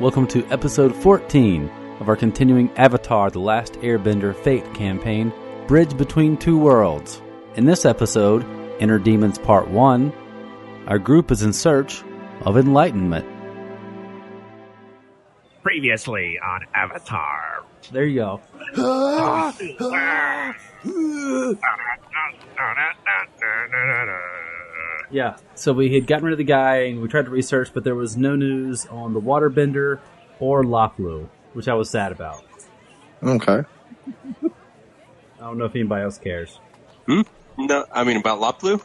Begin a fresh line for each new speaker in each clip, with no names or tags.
Welcome to episode 14 of our continuing Avatar The Last Airbender Fate campaign, Bridge Between Two Worlds. In this episode, Inner Demons Part 1, our group is in search of enlightenment.
Previously on Avatar.
There you go. Yeah, so we had gotten rid of the guy and we tried to research, but there was no news on the Waterbender or Loplu, which I was sad about.
Okay.
I don't know if anybody else cares.
No, I mean about Loplu.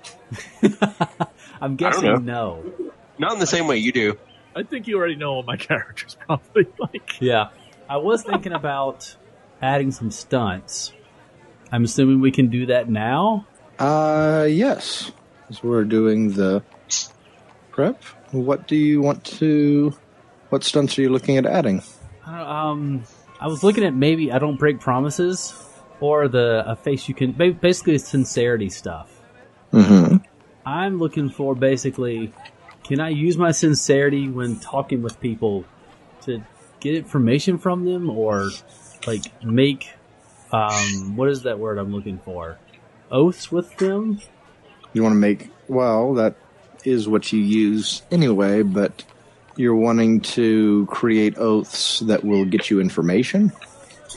I'm guessing no.
Not in the same way you do.
I think you already know what my character's probably like.
Yeah. I was thinking about adding some stunts. I'm assuming we can do that now.
Uh, yes. As we're doing the prep, what do you want to? What stunts are you looking at adding?
I don't- Um, I was looking at maybe I don't break promises or the a face you can ba- basically sincerity stuff.
Mm-hmm.
I'm looking for basically can I use my sincerity when talking with people to get information from them or like make um what is that word I'm looking for? Oaths with them?
You want to make well. That is what you use anyway, but you're wanting to create oaths that will get you information.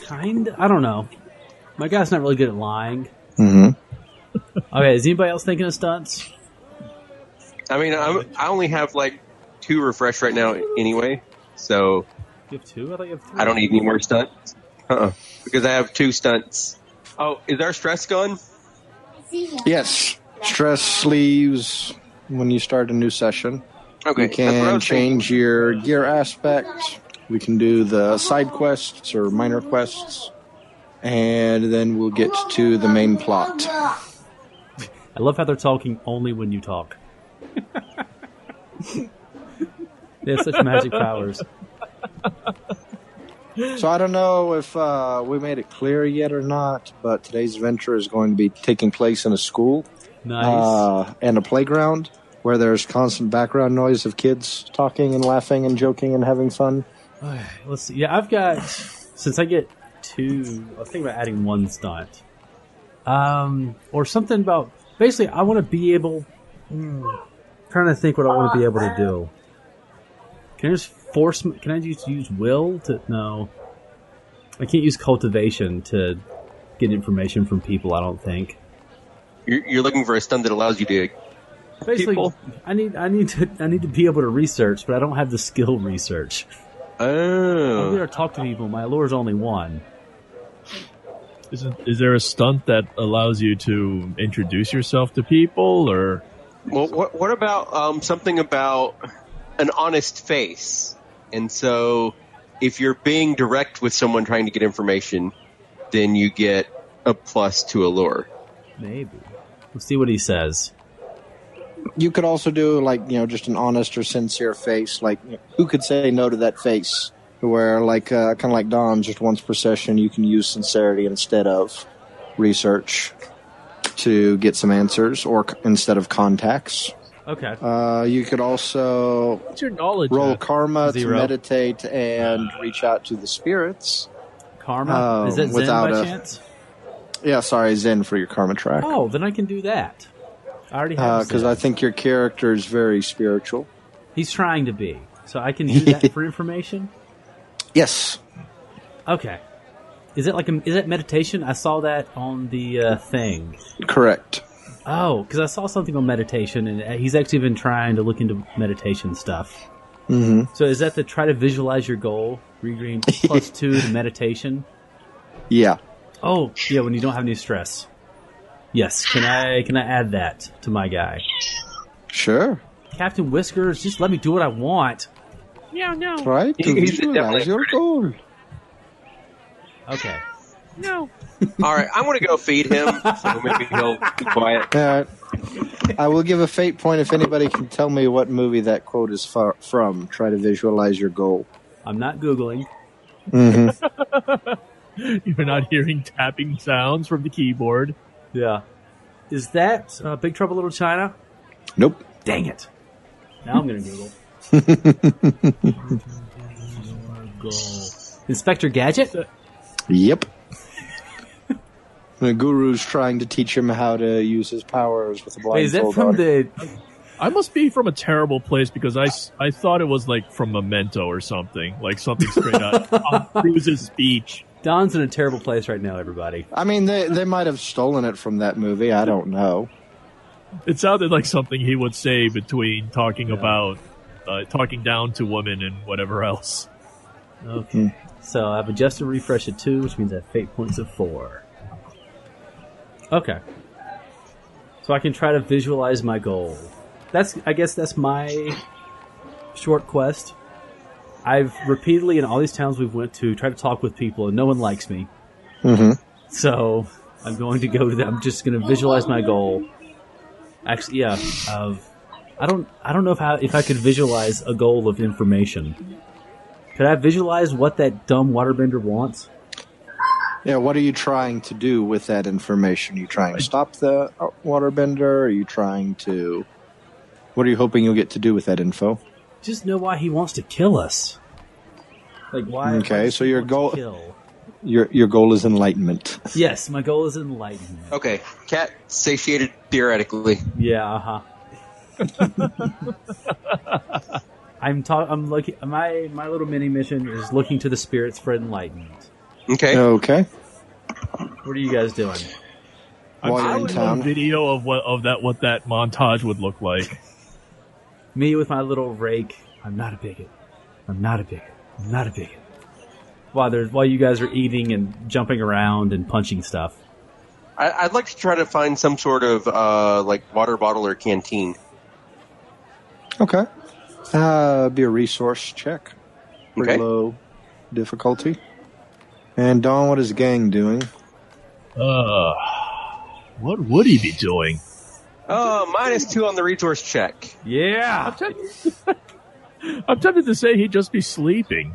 Kind I don't know. My guy's not really good at lying.
Mm-hmm.
Okay, is anybody else thinking of stunts?
I mean, I'm, I only have like two refresh right now anyway, so
You have two? I thought you have three.
I don't need any more stunts. Uh-uh, because I have two stunts. Oh, is our stress gone?
Yes. Stress leaves when you start a new session. We
Okay, that's what I
can
was thinking.
change your gear aspect. We can do the side quests or minor quests. And then we'll get to the main plot.
I love how they're talking only when you talk. they have such magic powers.
So I don't know if uh, we made it clear yet or not, but today's adventure is going to be taking place in a school
Nice.
uh, and a playground where there's constant background noise of kids talking and laughing and joking and having fun.
Let's see. Yeah, I've got since I get two. I was thinking about adding one stunt, um, or something about. Basically, I want to be able. Hmm, trying to think what I want to be able to do. Can I just force? m- Can I just use will to? No, I can't use cultivation to get information from people. I don't think.
You're, you're looking for a stunt that allows you to.
Basically,
People.
I need I need to I need to be able to research, but I don't have the skill research. I'm
Oh,
gonna talk to people. My lure's only one.
Is, it, is there a stunt that allows you to introduce yourself to people, or
well, what, what about um, something about an honest face? And so, if you're being direct with someone trying to get information, then you get a plus to allure.
Maybe. We'll see what he says.
You could also do like you know just an honest or sincere face. Like who could say no to that face? Where like uh, kind of like Dom, just once per session, you can use sincerity instead of research to get some answers, or c- instead of contacts.
Okay.
Uh, you could also
what's your knowledge?
roll
at?
karma
Zero.
to meditate and reach out to the spirits.
Karma.
Oh,
Is that Zen
without
by
a-
chance?
Yeah, sorry, Zen for your karma track.
Oh, then I can do that. I already have.
Because
Zen.
Uh, I think your character is very spiritual.
He's trying to be. So I can do that for information?
Yes.
Okay. Is it like a, is that meditation? I saw that on the uh, thing.
Correct.
Oh, because I saw something on meditation, and uh, he's actually been trying to look into meditation stuff.
hmm
So is that to try to visualize your goal? Regain plus two to meditation.
Yeah.
Oh, yeah, when you don't have any stress. Yes, can I can I add that to my guy?
Sure.
Captain Whiskers, just let me do what I want.
No, no,
Right?
He-
To
he's definitely
visualize your goal.
Okay.
no.
All right, I'm going to go feed him, so maybe he'll be quiet.
All right. Uh, I will give a fate point if anybody can tell me what movie that quote is far- from. Try to visualize your goal.
I'm not Googling.
Mm-hmm.
You're not hearing tapping sounds from the keyboard.
Yeah. Is that uh, Big Trouble Little China?
Nope.
Dang it. Now I'm going to Google. go. Inspector Gadget?
Yep. the guru's trying to teach him how to use his powers with a blindfold.
Wait, is that from
on.
the?
I must be from a terrible place because I, s- I thought it was like from Memento or something, like something straight out of Tom Cruise's speech.
Don's in a terrible place right now, everybody.
I mean, they they might have stolen it from that movie. I don't know.
It sounded like something he would say between talking about uh, talking down to women and whatever else.
Okay. So I've adjusted refresh at two, which means I have fate points of four. Okay. So I can try to visualize my goal. That's I guess that's my short quest. I've repeatedly in all these towns we've went to tried to talk with people and no one likes me.
Mm-hmm.
So I'm going to go to that. I'm just going to visualize my goal. Actually, yeah. Of I don't I don't know if I, if I could visualize a goal of information. Could I visualize what that dumb waterbender wants?
Yeah. What are you trying to do with that information? Are you trying to stop the uh, waterbender? Are you trying to? What are you hoping you'll get to do with that info?
Just know why he wants to kill us. Like why?
Okay,
why does
so
he
your
want to
goal-
kill?
Your your goal is enlightenment.
Yes, my goal is enlightenment.
Okay, cat satiated theoretically.
Yeah, uh huh. I'm ta- I'm looking. My my little mini mission is looking to the spirits for enlightenment.
Okay,
Okay.
What are you guys doing?
While
I
you're in
would love
town,
video of what of that what that montage would look like.
Me with my little rake. I'm not a bigot. I'm not a bigot. I'm not a bigot. While there's while you guys are eating and jumping around and punching stuff.
I, I'd like to try to find some sort of uh, like water bottle or canteen.
okay. Uh, be a resource check. Pretty
Okay.
low difficulty. And Don, what is the gang doing?
Uh, what would he be doing?
Uh, minus two on the resource check.
Yeah.
I'm tempted to say he'd just be sleeping.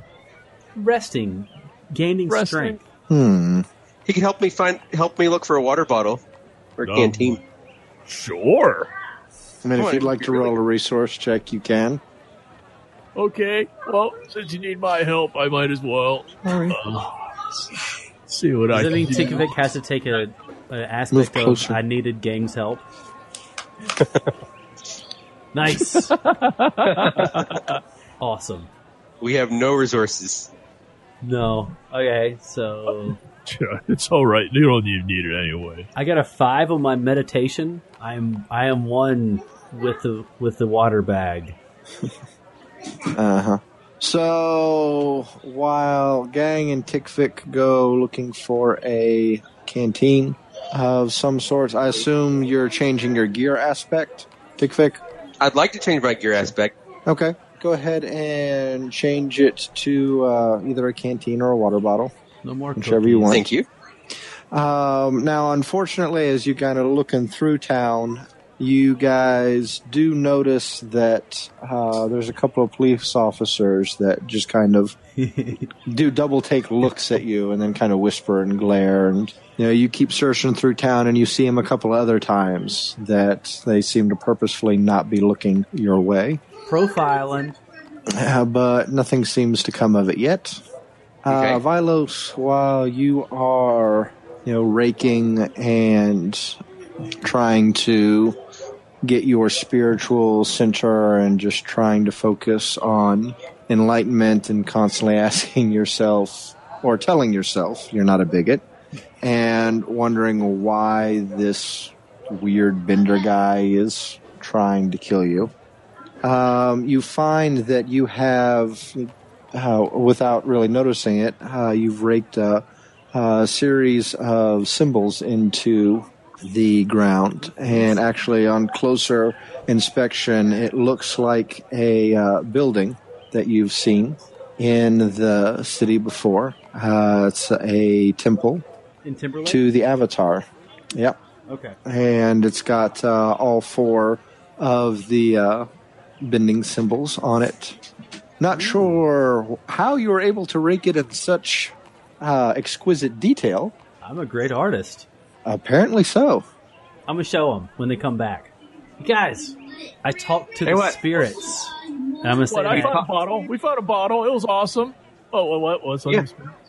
Resting. Gaining
Resting.
strength.
Hmm.
He can help me find, help me look for a water bottle or
No.
canteen.
Sure.
I mean,
Boy,
if you'd like to
really-
roll a resource check, you can.
Okay. Well, since you need my help, I might as well see what
Does
I
that
can
mean
do.
Tikovic has to take a, a
Move
aspect of
closer.
I needed gang's help? nice. awesome.
We have no resources.
No. Okay, so
Sure, it's all right. You don't even need it anyway.
I got a five on my meditation. I'm I am one with the with the water bag.
Uh huh. So while Gang and Tickfick go looking for a canteen of some sort, I assume you're changing your gear aspect, Tickfick.
I'd like to change my gear aspect.
Okay, go ahead and change it to uh, either a canteen or a water bottle.
No more.
Whichever you
cookies.
want.
Thank you.
Um, now, unfortunately, as you kind of looking through town, you guys do notice that uh, there's a couple of police officers that just kind of do double take looks at you and then kind of whisper and glare. And you know, you keep searching through town, and you see them a couple of other times that they seem to purposefully not be looking your way.
Profiling.
Uh, but nothing seems to come of it yet. Uh,
Okay.
Vilos, while you are, you know, raking and trying to get your spiritual center and just trying to focus on enlightenment and constantly asking yourself or telling yourself you're not a bigot and wondering why this weird bender guy is trying to kill you um, you find that you have, uh, without really noticing it, uh, you've raked a, a series of symbols into the ground. And actually, on closer inspection, it looks like a uh, building that you've seen in the city before. Uh, it's a temple
In Timberlake?
to the Avatar. Yep
Okay.
and it's got uh, all four of the uh, bending symbols on it. Not sure how you were able to rake it in such uh, exquisite detail.
I'm a great artist.
Apparently so.
I'm gonna show them when they come back. You guys, I talked to
Hey,
the
what?
spirits. And I'm gonna say
What, I
that-
found a bottle. We found a bottle. It was awesome. Oh, what? what was
Yeah.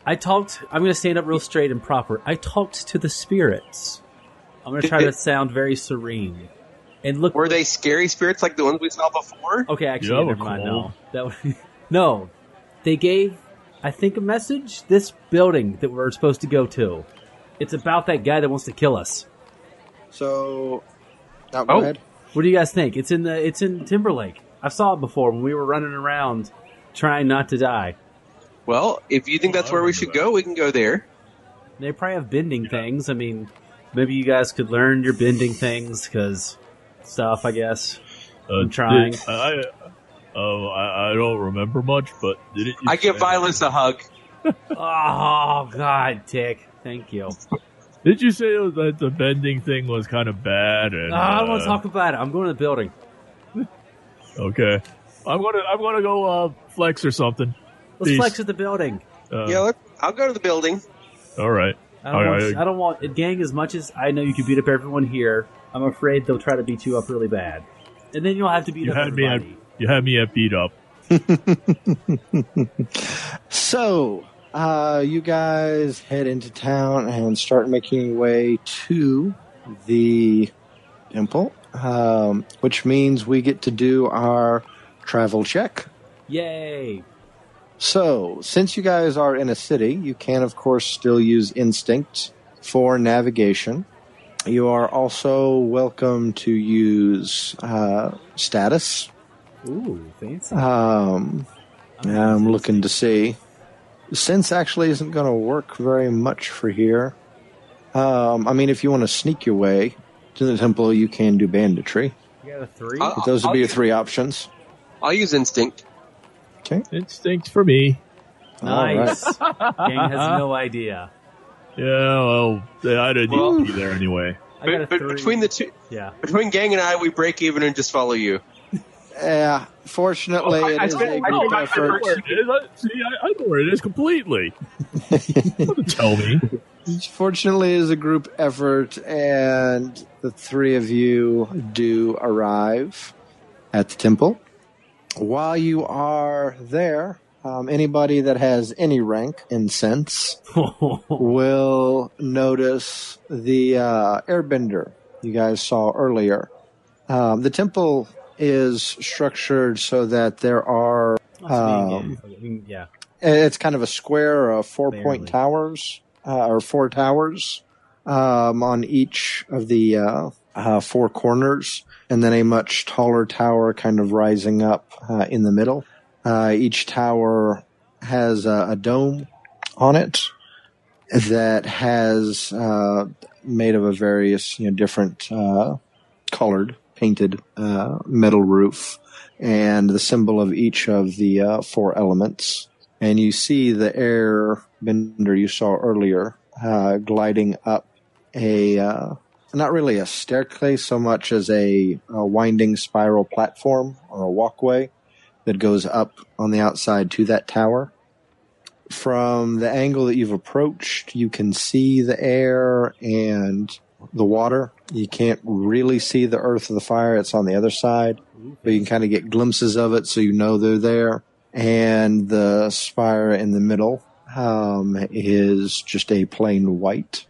I talked. I'm going to stand up real straight and proper. I talked to the spirits. I'm going to try to sound very serene and look.
Were they scary spirits like the ones we saw before?
Okay, actually,
Yeah,
never
we're
mind. No,
cold.
that would- no, they gave, I think, a message. This building that we're supposed to go to. It's about that guy that wants to kill us.
So, now go
Oh.
ahead.
What do you guys think? It's in the. It's in Timberlake. I saw it before when we were running around trying not to die.
Well, if you think
Oh,
that's
I
where we
remember
should
that.
go, we can go there.
They probably have bending things. I mean, maybe you guys could learn your bending things because stuff. I guess.
Uh,
I'm trying.
did- I, oh, I, I don't remember much, but did it?
I give Violence a hug.
Oh God, Dick. Thank you.
Did you say that the bending thing was kind of bad? And,
No, I don't want
uh,
to talk about it. I'm going to the building.
Okay, I'm gonna I'm gonna go uh, flex or something.
Let's
Peace.
flex at the building.
Uh,
yeah, let I'll go to the building.
All right.
I don't,
Alright,
want,
I-
I don't want gang as much as I know you can beat up everyone here. I'm afraid they'll try to beat you up really bad, and then you'll have to beat
You
up
had me at-
everybody.
You had me at beat up.
So, uh, you guys head into town and start making your way to the temple, um, which means we get to do our travel check.
Yay!
So, since you guys are in a city, you can, of course, still use instinct for navigation. You are also welcome to use uh, status.
Ooh, fancy.
Um, I'm looking to see. Sense actually isn't going to work very much for here. Um, I mean, if you want to sneak your way to the temple, you can do banditry.
You got a three.
I'll-
But those would be your
I'll-
three options.
I'll use instinct.
Instinct for me.
nice. gang has no idea.
Yeah, well, I didn't
Well-
need to be there anyway.
I got a
But, but
three.
between the two,
yeah,
between Gang and I, we break even and just follow you.
Yeah, fortunately,
Oh, I-
it
I
is
spent-
a
I
group
spent-
I know
effort.
where it is. I, see, I, I know where it is completely. Don't tell me.
Fortunately, it is a group effort, and the three of you do arrive at the temple. While you are there, um, anybody that has any rank in sense Um, will notice the uh, airbender you guys saw earlier. Um, the temple is structured so that there are Um,
I mean, yeah.
it's kind of a square of four
Barely.
point towers uh, or four towers um, on each of the uh, uh, four corners, and then a much taller tower kind of rising up uh, in the middle. Uh, each tower has a, a dome on it that has uh, made of a various you know different uh, colored painted uh, metal roof and the symbol of each of the uh, four elements and you see the air bender you saw earlier uh, gliding up a uh, not really a staircase so much as a, a winding spiral platform or a walkway that goes up on the outside to that tower. From the angle that you've approached, you can see the air and the water. You can't really see the earth of the fire, it's on the other side, but you can kind of get glimpses of it so you know they're there and the spire in the middle um, is just a plain white,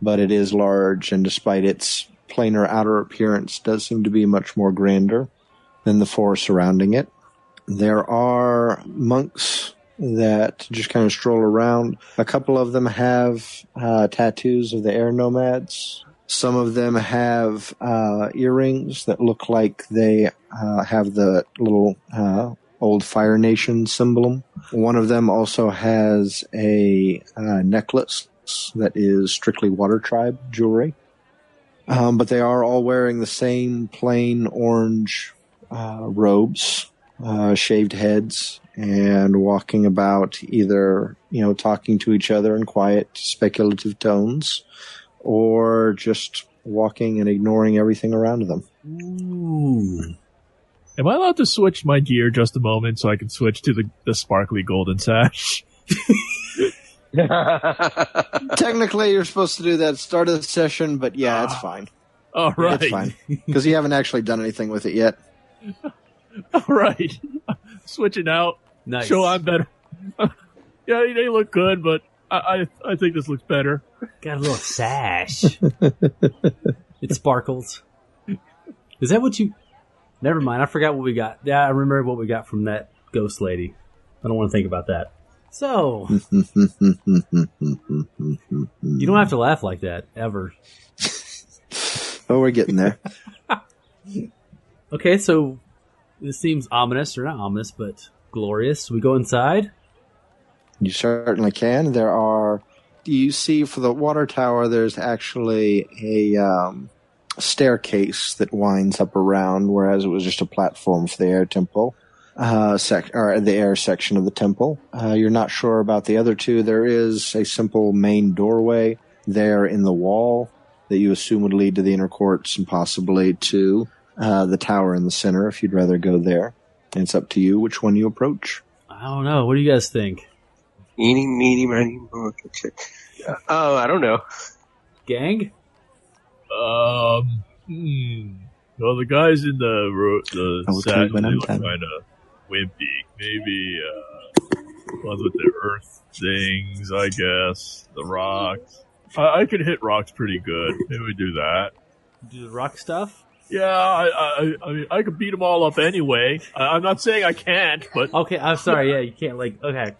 but it is large, and despite its plainer outer appearance, does seem to be much more grander than the four surrounding it. There are monks that just kind of stroll around. A couple of them have uh, tattoos of the air nomads. Some of them have uh, earrings that look like they uh, have the little uh, old Fire Nation symbol. One of them also has a uh, necklace that is strictly Water Tribe jewelry. Um, but they are all wearing the same plain orange uh, robes, uh, shaved heads, and walking about either, you know, talking to each other in quiet, speculative tones, or just walking and ignoring everything around them.
Ooh.
Am I allowed to switch my gear just a moment so I can switch to the, the sparkly golden sash?
Technically, you're supposed to do that at the start of the session, but yeah, it's fine.
All right.
It's fine. Because you haven't actually done anything with it yet.
All right. Switching out.
Nice.
Show I'm better. yeah, they look good, but I, I, I think this looks better.
Got a little sash. it sparkles. Is that what you? Never mind. I forgot what we got. Yeah, I remember what we got from that ghost lady. I don't want to think about that. So
Hmm,
you don't have to laugh like that ever.
Oh, we're getting there.
Okay, so this seems ominous, or not ominous, but glorious. We go inside.
You certainly can. There are. You see, for the water tower, there's actually a um, staircase that winds up around, whereas it was just a platform for the air temple uh, sec- or the air section of the temple. Uh, you're not sure about the other two. There is a simple main doorway there in the wall that you assume would lead to the inner courts and possibly to uh, the tower in the center. If you'd rather go there, it's up to you which one you approach.
I don't know. What do you guys think,
Eeny, meeny, miny, moe. Oh, I don't know.
gang?
Um, hmm. Well, the guys in the ro- the
I will tell
sash
you when
they
I'm
look
done.
kind of wimpy. Maybe uh, ones with the earth things, I guess. The rocks. I, I could hit rocks pretty good. Maybe we do that.
Do the rock stuff?
Yeah, I, I, I mean, I could beat them all up anyway. I, I'm not saying I can't, but
Okay, I'm sorry. Yeah, you can't. Like, okay.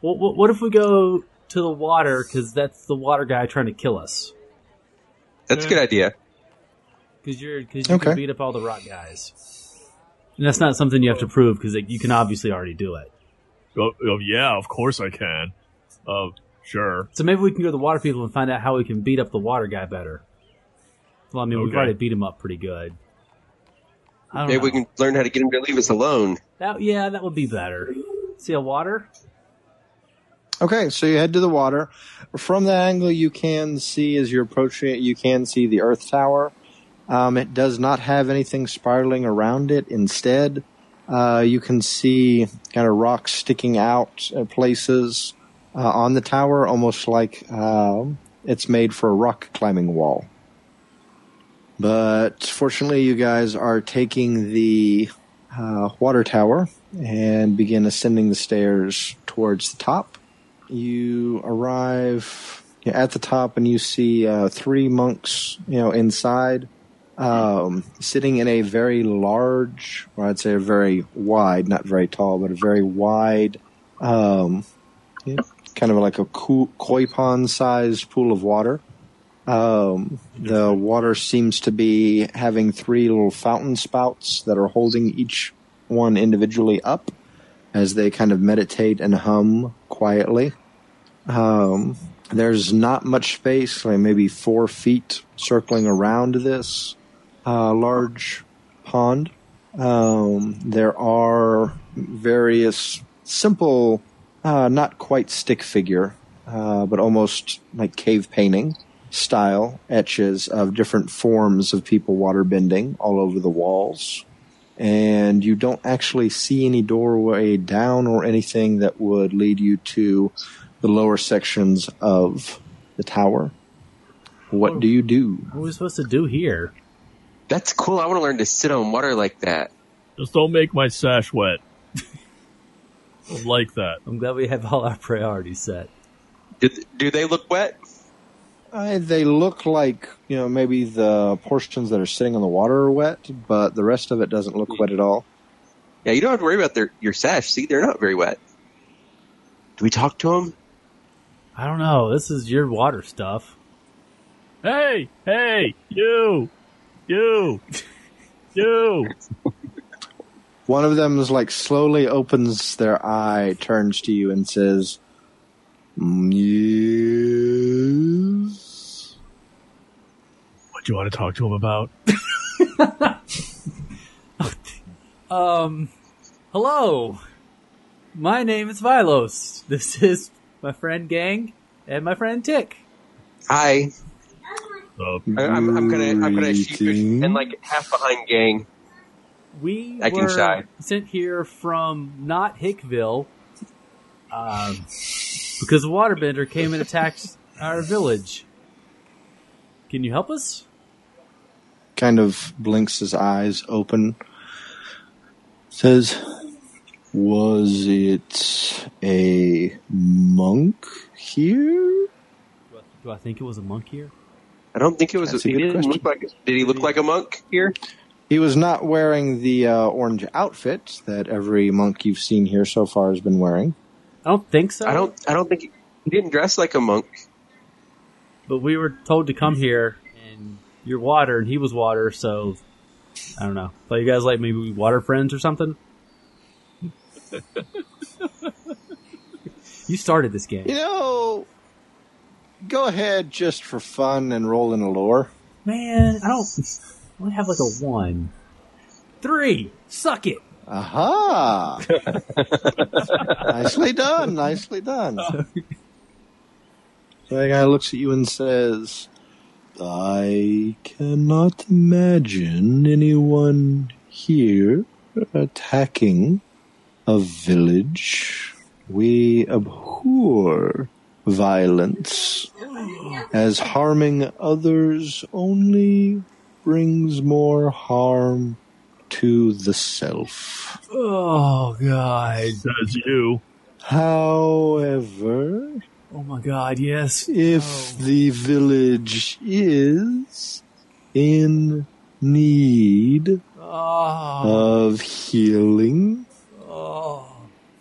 What, what, what if we go to the water? Because that's the water guy trying to kill us.
That's a good idea.
Because you're because you can
Okay.
beat up all the rock guys. And that's not something you have to prove because like, you can obviously already do it.
oh, oh, yeah, of course I can. Uh, sure.
So maybe we can go to the water people and find out how we can beat up the water guy better. Well, I mean, we've
Okay.
already beat him up pretty good. I don't
Maybe
know.
we can learn how to get him to leave us alone.
That, yeah, that would be better. See a water?
Okay, so you head to the water. From that angle, you can see as you're approaching it, you can see the Earth Tower. Um, it does not have anything spiraling around it. Instead, uh, you can see kind of rocks sticking out at places uh, on the tower, almost like um, it's made for a rock climbing wall. But fortunately, you guys are taking the uh, water tower and begin ascending the stairs towards the top you arrive at the top and you see uh, three monks, you know, inside, um, sitting in a very large, or I'd say a very wide, not very tall, but a very wide, um, yeah, kind of like a co- koi pond sized pool of water. Um, the water seems to be having three little fountain spouts that are holding each one individually up as they kind of meditate and hum quietly. Um, there's not much space, like maybe four feet circling around this uh, large pond. Um, there are various simple, uh, not quite stick figure, uh, but almost like cave painting style etches of different forms of people water bending all over the walls and you don't actually see any doorway down or anything that would lead you to the lower sections of the tower. What do you do?
What are we supposed to do here?
That's cool. I want to learn to sit on water like that.
Just don't make my sash wet. don't like that.
I'm glad we have all our priorities set.
Do, do they look wet?
Uh, they look like, you know, maybe the portions that are sitting on the water are wet, but the rest of it doesn't look wet at all.
Yeah, you don't have to worry about their your sash. See, they're not very wet. Do we talk to them?
I don't know. This is your water stuff.
Hey, hey, you, you, you.
One of them is like slowly opens their eye, turns to you, and says, "Mm, Yes.
What do you want to talk to him about?
Um, hello. My name is Vilos. This is my friend Gang and my friend Tick.
Hi.
Uh,
I, I'm, I'm gonna I'm gonna shoot you and like half behind gang.
We
I can
were
shy.
sent here from not Hickville, um, because a waterbender came and attacked our village. Can you help us?
kind of blinks his eyes open, says, Was it a monk here?
Do I, do I think it was a monk here?
I don't think it was.
That's a
he
good
didn't
question.
look like. Did he look like a monk here?
He was not wearing the uh, orange outfit that every monk you've seen here so far has been wearing.
I don't think so.
I don't. I don't think he, he didn't dress like a monk.
But we were told to come here, and you're water, and he was water, so I don't know. Thought you guys like maybe we water friends or something. you started this game,
You know, go ahead just for fun and roll in a lore.
man. I don't. I only have like a one, three. Suck it.
Aha! nicely done, nicely done. So the guy looks at you and says, I cannot imagine anyone here attacking a village. We abhor violence, as harming others only brings more harm to the self.
Oh god.
Says you.
However,
Oh my god. Yes.
if the village is in need
Oh.
of healing,
oh.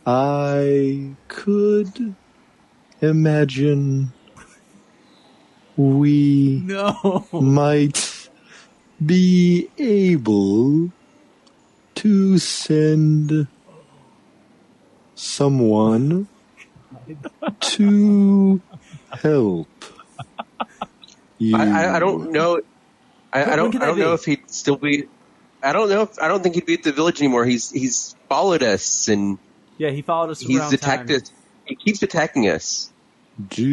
I could imagine we
No.
might be able to send someone to help you.
I, I, I don't know. I, I
When
don't.
could
I
that
don't know
be?
if he'd still be. I don't know. If, I don't think he'd be at the village anymore. He's he's followed us and
Yeah, he followed us
he's
around.
attacked
town.
us. He keeps attacking us.
Do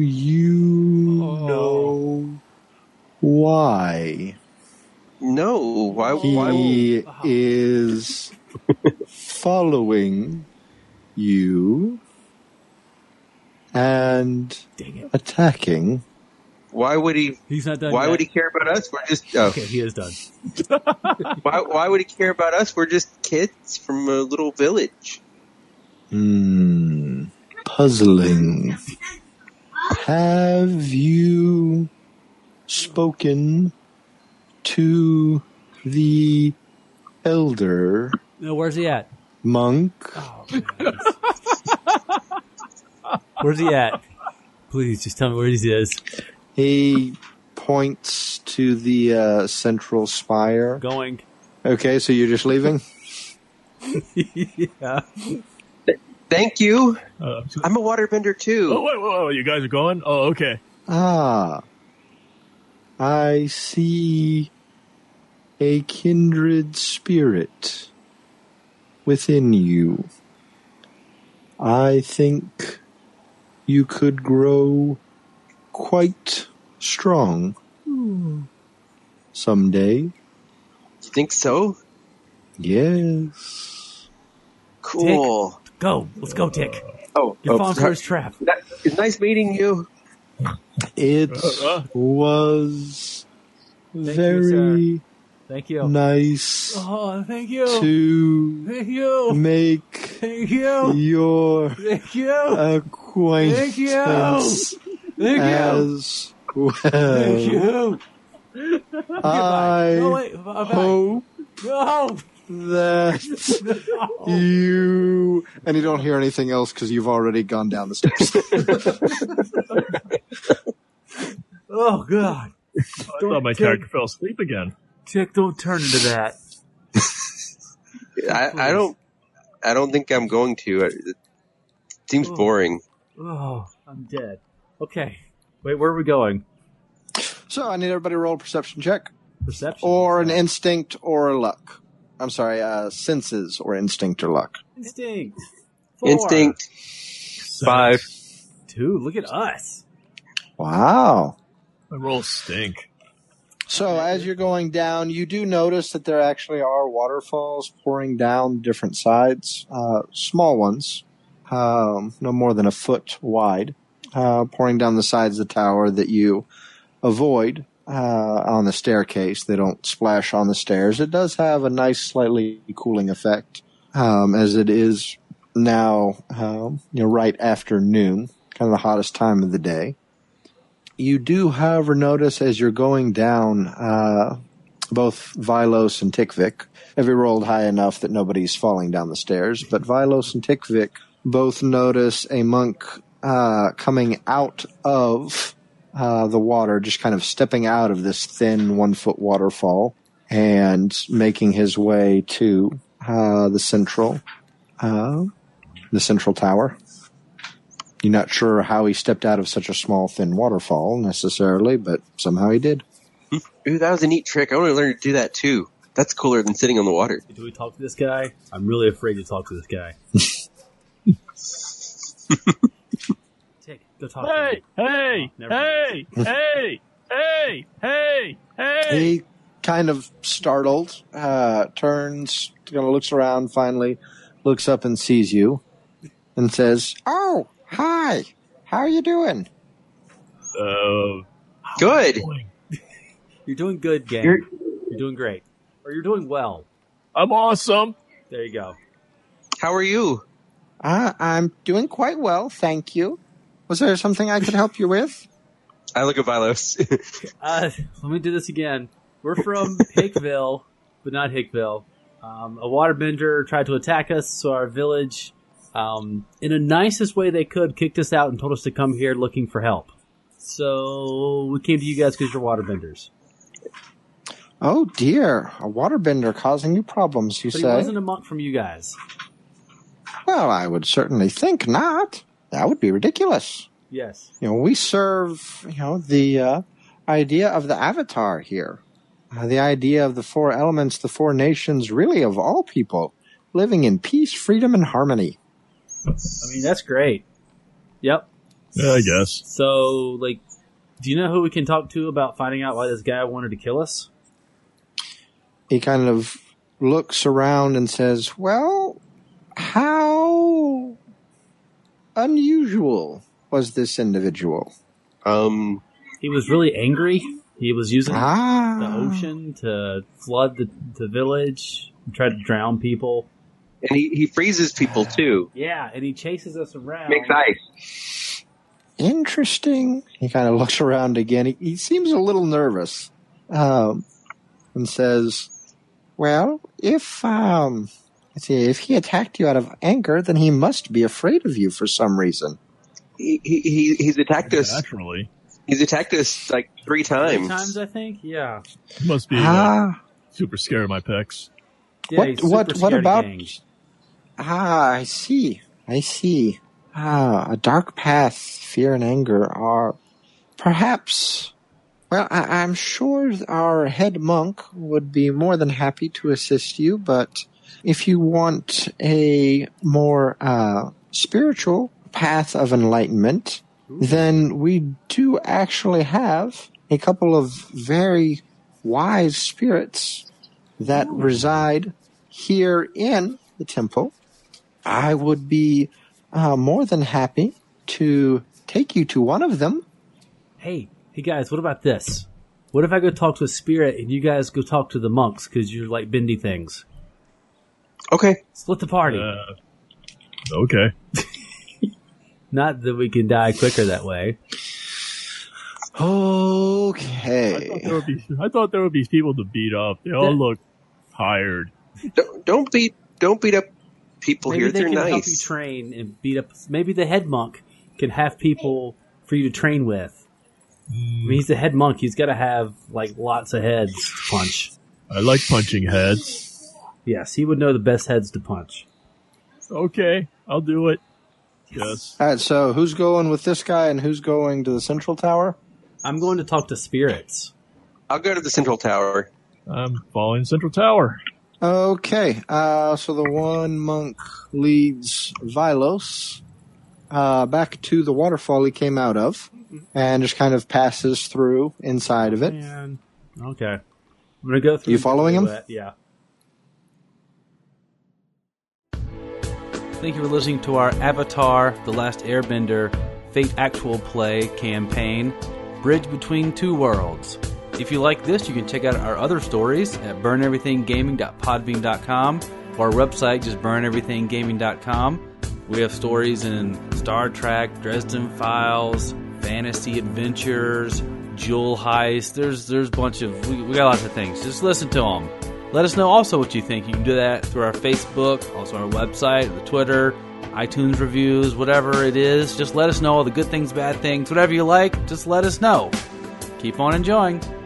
you
Oh.
know why
No, why? why
he is following you and
Dang it.
attacking?
why would he?
He's not done.
Why
yet.
would he care about us? We're just. Oh,
Okay, he is done.
why, why would he care about us? We're just kids from a little village.
Hmm. Puzzling. Have you spoken to the elder
No, where's he at?
monk?
Oh, man. Where's he at? Please just tell me where he is.
He points to the uh, central spire.
Going.
Okay, so you're just leaving?
yeah.
Thank you.
Uh, so-
I'm a waterbender too.
oh, wait, whoa, whoa, you guys are going? Oh, okay.
Ah, I see a kindred spirit within you. I think you could grow quite strong someday.
You think so?
Yes.
Cool.
Go. Let's go, Dick.
Oh,
You're
oh,
falling for
sorry.
his trap.
That- it's nice meeting you.
It
Uh-huh.
was
you,
very
Thank you.
nice
Oh, thank you.
to
Thank you.
make
Thank you.
your
Thank you.
acquaintance
Thank you.
as well.
Thank you.
I
No, wait. Bye.
hope
No.
that you and you don't hear anything else because you've already gone down the stairs.
Oh, God.
I
Don't
thought my
take-
character fell asleep again.
Dick, don't turn into that.
I, I don't. I don't think I'm going to. It it seems
Oh.
boring.
Oh, I'm dead. Okay. Wait, where are we going?
so I need everybody to roll a perception check
Perception.
or an instinct or a luck. I'm sorry, uh, senses or instinct or luck.
Instinct. Four.
Instinct. Five.
Dude, look at us.
Wow.
My rolls stink.
So as you're going down, you do notice that there actually are waterfalls pouring down different sides, uh, small ones, um, no more than a foot wide, uh, pouring down the sides of the tower that you avoid uh, on the staircase. They don't splash on the stairs. It does have a nice, slightly cooling effect um, as it is now, um, you know, right after noon, kind of the hottest time of the day. You do, however, notice as you're going down, uh, both Vilos and Tikvik have you rolled high enough that nobody's falling down the stairs, but Vilos and Tikvik both notice a monk uh, coming out of uh, the water, just kind of stepping out of this thin one foot waterfall and making his way to uh, the central, uh, the central tower. You're not sure how he stepped out of such a small, thin waterfall necessarily, but somehow he did.
Ooh, that was a neat trick. I want to learn to do that too. That's cooler than sitting on the water.
Do we talk to this guy? I'm really afraid to talk to this guy. Tick, go talk to
Hey,
him.
Oh,
hey,
Never
hey, hey, hey, hey, hey.
He kind of startled, uh, turns, kind of looks around, finally looks up and sees you, and says, "Oh, hi. How are you doing?"
Uh,
Good.
You're doing good, gang. You're,
You're-
doing great. Or you're doing well.
I'm awesome.
There you go.
How are you?
Uh, I'm doing quite well, thank you. Was there something I could help you with?
I look at Vilos.
Uh, let me do this again. We're from Hickville, but not Hickville. Um, a waterbender tried to attack us, so our village, um, in the nicest way they could, kicked us out and told us to come here looking for help. So we came to you guys because you're waterbenders.
Oh dear, a waterbender causing you problems, you
But he
say?
wasn't a monk from you guys.
Well, I would certainly think not. That would be ridiculous.
Yes.
You know, we serve, you know, the uh, idea of the avatar here. Uh, the idea of the four elements, the four nations, really of all people, living in peace, freedom, and harmony.
I mean, that's great. Yep.
Yeah, I guess.
So, like, do you know who we can talk to about finding out why this guy wanted to kill us?
he kind of looks around and says, Well, how unusual was this individual?
um,
He was really angry. He was using
Ah.
the ocean to flood the, the village, try to drown people.
and he, he freezes people too.
Yeah, and he chases us around.
Makes ice.
Interesting. He kind of looks around again. He, he seems a little nervous um, and says, Well, if. Um, let's See, if he attacked you out of anger, then he must be afraid of you for some reason.
He, he, he, he's attacked us.
Naturally,
He's attacked us like three
Three
times.
times, I think. Yeah.
must be uh,
ah,
super scared of my pecs.
yeah
What-
he's super
what- what
scared of
about-
gangs.
Ah, I see. I see. Ah, a dark path, fear and anger are perhaps. Well, I, I'm sure our head monk would be more than happy to assist you, but if you want a more uh, spiritual path of enlightenment, then we do actually have a couple of very wise spirits that reside here in the temple. I would be uh, more than happy to take you to one of them.
Hey, hey guys, what about this? What if I go talk to a spirit and you guys go talk to the monks because you're like bendy things?
Okay.
Split the party.
Uh, okay.
Not that we can die quicker that way.
I thought,
Okay.
there would be, I thought there would be people to beat up. They all
That-
look tired.
Don't, don't beat don't beat up people
maybe
here.
they
They're
can help you
nice.
train and beat up. Maybe the head monk can have people for you to train with. I mean, he's the head monk. He's got to have like lots of heads to punch.
I like punching heads.
Yes, he would know the best heads to punch.
Okay, I'll do it. Yes.
All right. So, who's going with this guy, and who's going to the central tower?
I'm going to talk to spirits.
I'll go to the central tower.
I'm following Central Tower.
Okay. Uh, so the one monk leads Vilos uh, back to the waterfall he came out of, and just kind of passes through inside of it.
And okay, I'm gonna go through.
You following him?
Yeah. Thank you for listening to our Avatar: The Last Airbender Fate Actual Play campaign, Bridge Between Two Worlds. If you like this, you can check out our other stories at burneverythinggaming.podbean.com
our website, just burneverythinggaming.com. We have stories in Star Trek, Dresden Files, Fantasy Adventures, Jewel Heist. There's there's a bunch of we, we got lots of things. Just listen to them. Let us know also what you think. You can do that through our Facebook, also our website, the Twitter, iTunes reviews, whatever it is. Just let us know all the good things, bad things, whatever you like. Just let us know. Keep on enjoying.